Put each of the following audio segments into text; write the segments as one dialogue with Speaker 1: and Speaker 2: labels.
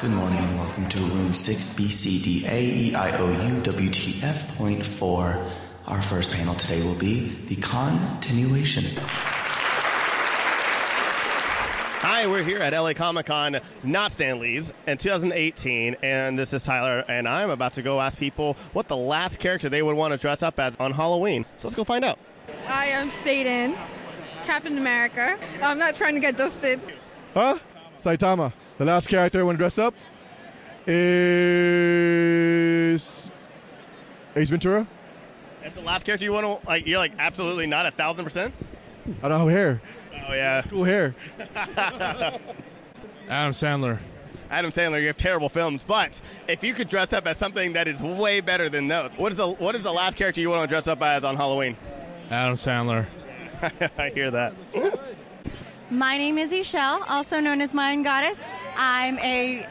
Speaker 1: Good morning and welcome to Room E, 6BCDAEIOUWTF.4. Our first panel today will be the continuation.
Speaker 2: Hi, we're here at LA Comic Con, not Stanley's, in 2018, and this is Tyler, and I'm about to go ask people what the last character they would want to dress up as on Halloween. So let's go find out.
Speaker 3: I am Satan, Captain America. I'm not trying to get dusted.
Speaker 4: Huh? Saitama. The last character I want to dress up is Ace Ventura.
Speaker 2: That's the last character you want to, like, you're like, absolutely not, a thousand percent?
Speaker 4: I don't have hair.
Speaker 2: Oh, yeah.
Speaker 4: Cool hair.
Speaker 5: Adam Sandler.
Speaker 2: Adam Sandler, you have terrible films, but if you could dress up as something that is way better than those, what is the, what is the last character you want to dress up as on Halloween?
Speaker 5: Adam Sandler.
Speaker 2: I hear that.
Speaker 6: My name is Ishelle, also known as Mayan Goddess. I'm a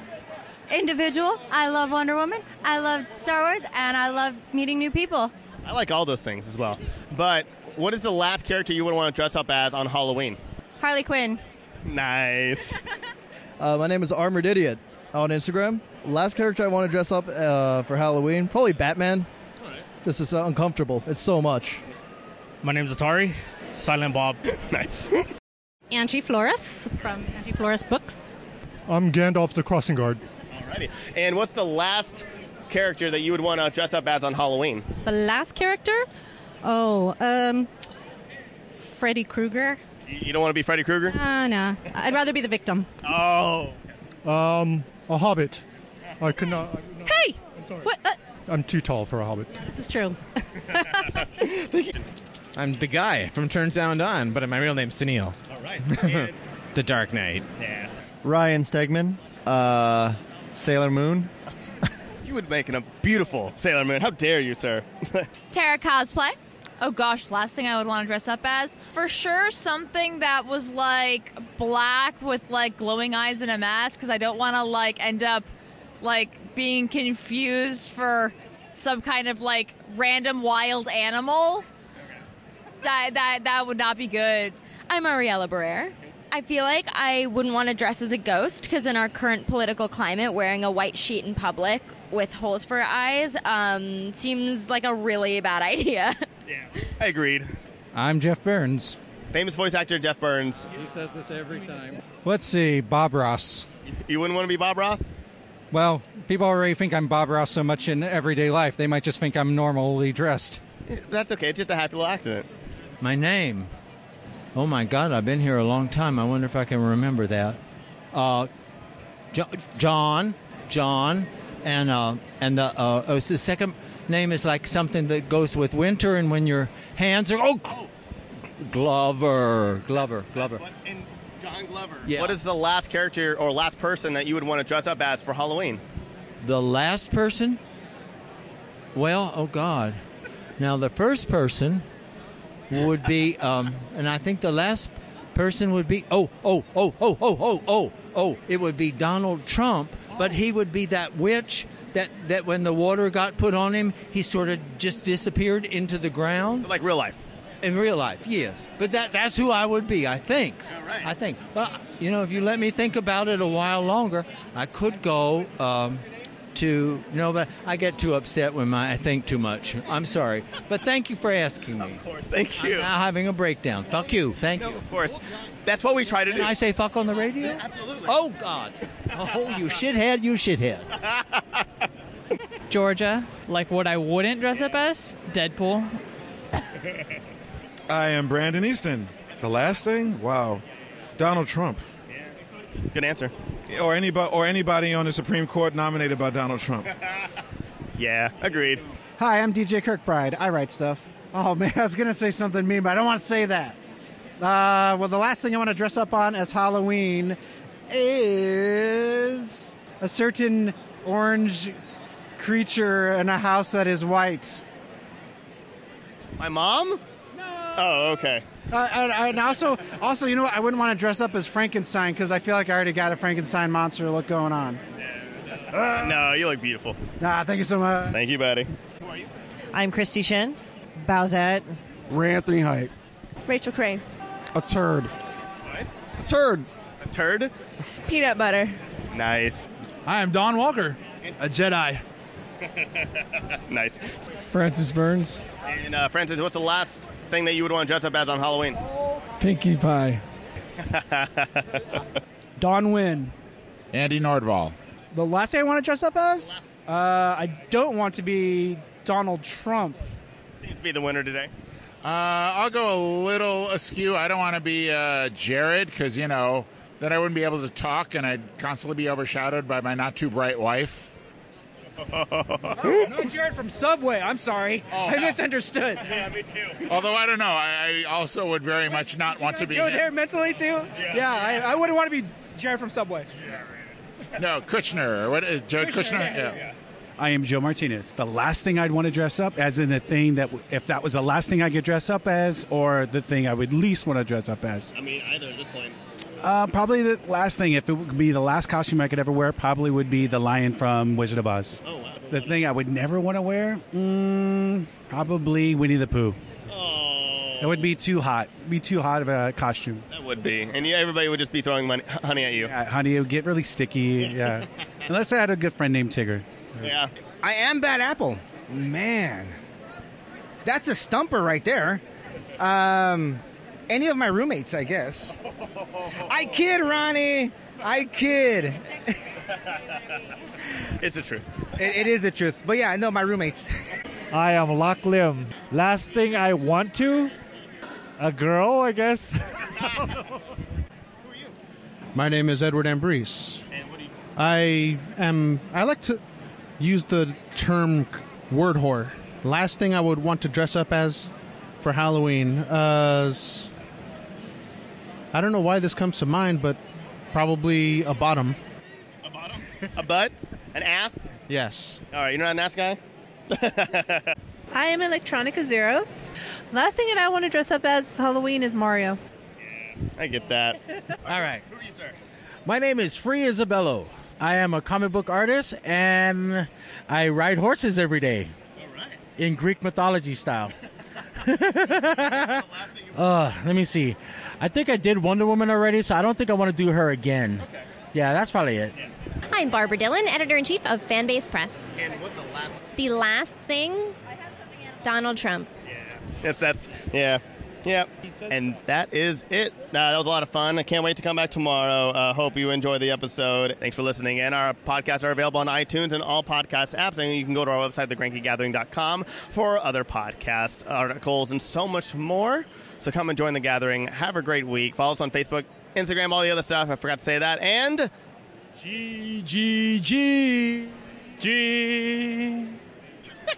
Speaker 6: individual. I love Wonder Woman. I love Star Wars, and I love meeting new people.
Speaker 2: I like all those things as well. But what is the last character you would want to dress up as on Halloween?
Speaker 6: Harley Quinn.
Speaker 2: Nice.
Speaker 7: Uh, my name is Armored Idiot on Instagram. Last character I want to dress up uh, for Halloween, probably Batman. Just it's uncomfortable. It's so much.
Speaker 8: My name's Atari, Silent Bob.
Speaker 2: nice.
Speaker 9: Angie Flores from Angie Flores Books.
Speaker 10: I'm Gandalf the Crossing Guard.
Speaker 2: Alrighty. And what's the last character that you would want to dress up as on Halloween?
Speaker 9: The last character? Oh, um, Freddy Krueger.
Speaker 2: You you don't want to be Freddy Krueger?
Speaker 9: Uh, no. I'd rather be the victim.
Speaker 2: Oh.
Speaker 10: Um, a hobbit. I could not. I could not-
Speaker 9: Hey!
Speaker 10: I'm sorry.
Speaker 9: What? Uh,
Speaker 10: I'm too tall for a hobbit.
Speaker 9: this is true.
Speaker 11: I'm the guy from Turn Sound On, but my real name's Sunil.
Speaker 2: All right.
Speaker 11: The Dark Knight.
Speaker 2: yeah.
Speaker 7: Ryan Stegman, uh, Sailor Moon.
Speaker 2: You would make an- a beautiful Sailor Moon. How dare you, sir?
Speaker 12: Tara cosplay. Oh gosh, last thing I would want to dress up as. For sure, something that was like black with like glowing eyes and a mask, because I don't want to like end up like being confused for some kind of like random wild animal. That, that, that would not be good.
Speaker 13: I'm Ariella Barrere. I feel like I wouldn't want to dress as a ghost because in our current political climate, wearing a white sheet in public with holes for eyes um, seems like a really bad idea.
Speaker 2: Yeah. I agreed.
Speaker 14: I'm Jeff Burns.
Speaker 2: Famous voice actor Jeff Burns.
Speaker 15: He says this every time.
Speaker 14: Let's see, Bob Ross.
Speaker 2: You wouldn't want to be Bob Ross?
Speaker 14: Well, people already think I'm Bob Ross so much in everyday life, they might just think I'm normally dressed.
Speaker 2: Eh, That's okay. It's just a happy little accident.
Speaker 16: My name. Oh my God, I've been here a long time. I wonder if I can remember that. Uh, jo- John, John, and uh, and the uh, oh, it's the second name is like something that goes with winter, and when your hands are oh, gl- Glover, Glover, Glover.
Speaker 2: And John Glover.
Speaker 16: Yeah.
Speaker 2: What is the last character or last person that you would want to dress up as for Halloween?
Speaker 16: The last person? Well, oh God. Now, the first person would be, um, and I think the last person would be, oh, oh, oh, oh, oh, oh, oh, oh, it would be Donald Trump, but he would be that witch that, that when the water got put on him, he sort of just disappeared into the ground
Speaker 2: Like real life.
Speaker 16: in real life, yes. But that, that's who I would be, I think.
Speaker 2: right.
Speaker 16: I think. Well, you know, if you let me think about it a while longer, I could go um, to. No, but I get too upset when my, I think too much. I'm sorry. But thank you for asking me.
Speaker 2: Of course. Thank
Speaker 16: I'm
Speaker 2: you.
Speaker 16: now having a breakdown. Fuck you. Thank you.
Speaker 2: Of course. That's what we try to
Speaker 16: Can
Speaker 2: do.
Speaker 16: I say fuck on the radio? Absolutely. Oh, God. Oh, you shithead, you shithead.
Speaker 17: Georgia. Like what I wouldn't dress up as? Deadpool.
Speaker 18: I am Brandon Easton. The last thing? Wow. Donald Trump.
Speaker 2: Good answer.
Speaker 18: Or anybody or anybody on the Supreme Court nominated by Donald Trump.
Speaker 2: Yeah, agreed.
Speaker 19: Hi, I'm DJ Kirkbride. I write stuff. Oh man, I was gonna say something mean, but I don't want to say that. Uh, well, the last thing I want to dress up on as Halloween is a certain orange creature in a house that is white.
Speaker 2: My mom? No. Oh, okay.
Speaker 19: Uh, and, and also, also, you know what? I wouldn't want to dress up as Frankenstein because I feel like I already got a Frankenstein monster look going on.
Speaker 2: no, you look beautiful.
Speaker 19: Nah, thank you so much.
Speaker 2: Thank you, buddy.
Speaker 20: I'm Christy Shin, Bowsette.
Speaker 2: Ray Anthony Height.
Speaker 3: Rachel Crane,
Speaker 2: A turd. What? A turd. A turd?
Speaker 3: peanut butter.
Speaker 2: Nice.
Speaker 21: I am Don Walker, a Jedi.
Speaker 2: nice.
Speaker 22: Francis Burns,
Speaker 2: And uh, Francis, what's the last thing that you would want to dress up as on Halloween?
Speaker 22: Pinkie Pie.
Speaker 16: Don Wynn.
Speaker 23: Andy Nardwall.
Speaker 16: The last thing I want to dress up as? Uh, I don't want to be Donald Trump.
Speaker 2: Seems to be the winner today.
Speaker 23: Uh, I'll go a little askew. I don't want to be uh, Jared because, you know, then I wouldn't be able to talk and I'd constantly be overshadowed by my not too bright wife.
Speaker 16: Oh, no, Jared from Subway. I'm sorry.
Speaker 24: Oh,
Speaker 16: I misunderstood. Yeah, me too.
Speaker 23: Although I don't know, I, I also would very much not want to be.
Speaker 16: Go there mentally too. Yeah, I, I wouldn't want to be Jared from Subway.
Speaker 23: No, Kushner. or What is Jared Kushner? yeah.
Speaker 24: I am Joe Martinez. The last thing I'd want to dress up as in the thing that, w- if that was the last thing I could dress up as, or the thing I would least want to dress up as.
Speaker 2: I mean, either at this point.
Speaker 24: Uh, probably the last thing, if it would be the last costume I could ever wear, probably would be the lion from Wizard of Oz. Oh, wow. The thing I would never want to wear, mm, probably Winnie the Pooh. Oh. It would be too hot. Be too hot of a costume.
Speaker 2: That would be. And yeah, everybody would just be throwing money, honey at you.
Speaker 24: Uh, honey, it would get really sticky. Yeah. Unless I had a good friend named Tigger.
Speaker 2: Yeah.
Speaker 25: I am Bad Apple. Man. That's a stumper right there. Um, any of my roommates, I guess. I kid, Ronnie. I kid.
Speaker 2: It's the truth.
Speaker 25: It, it is the truth. But yeah, no, my roommates.
Speaker 26: I am Lock Lim. Last thing I want to, a girl, I guess.
Speaker 27: My name is Edward Ambrose. I am. I like to use the term word whore. Last thing I would want to dress up as for Halloween. Uh, s- I don't know why this comes to mind, but probably a bottom.
Speaker 2: a butt? An ass?
Speaker 27: Yes.
Speaker 2: All right, you're not an ass guy?
Speaker 6: I am Electronica Zero. Last thing that I want to dress up as Halloween is Mario.
Speaker 2: I get that.
Speaker 28: All right. Who are you, sir? My name is Free Isabello. I am a comic book artist and I ride horses every day. In Greek mythology style. uh, let me see. I think I did Wonder Woman already, so I don't think I want to do her again. Yeah, that's probably it.
Speaker 12: I'm Barbara Dillon, editor in chief of Fanbase Press. And what's the last? The last thing, Donald Trump.
Speaker 2: Yes, that's yeah, yeah. And that is it. Uh, that was a lot of fun. I can't wait to come back tomorrow. Uh, hope you enjoy the episode. Thanks for listening. And our podcasts are available on iTunes and all podcast apps. And you can go to our website, thegrankygathering.com, for other podcasts, articles, and so much more. So come and join the gathering. Have a great week. Follow us on Facebook, Instagram, all the other stuff. I forgot to say that. And G G G G.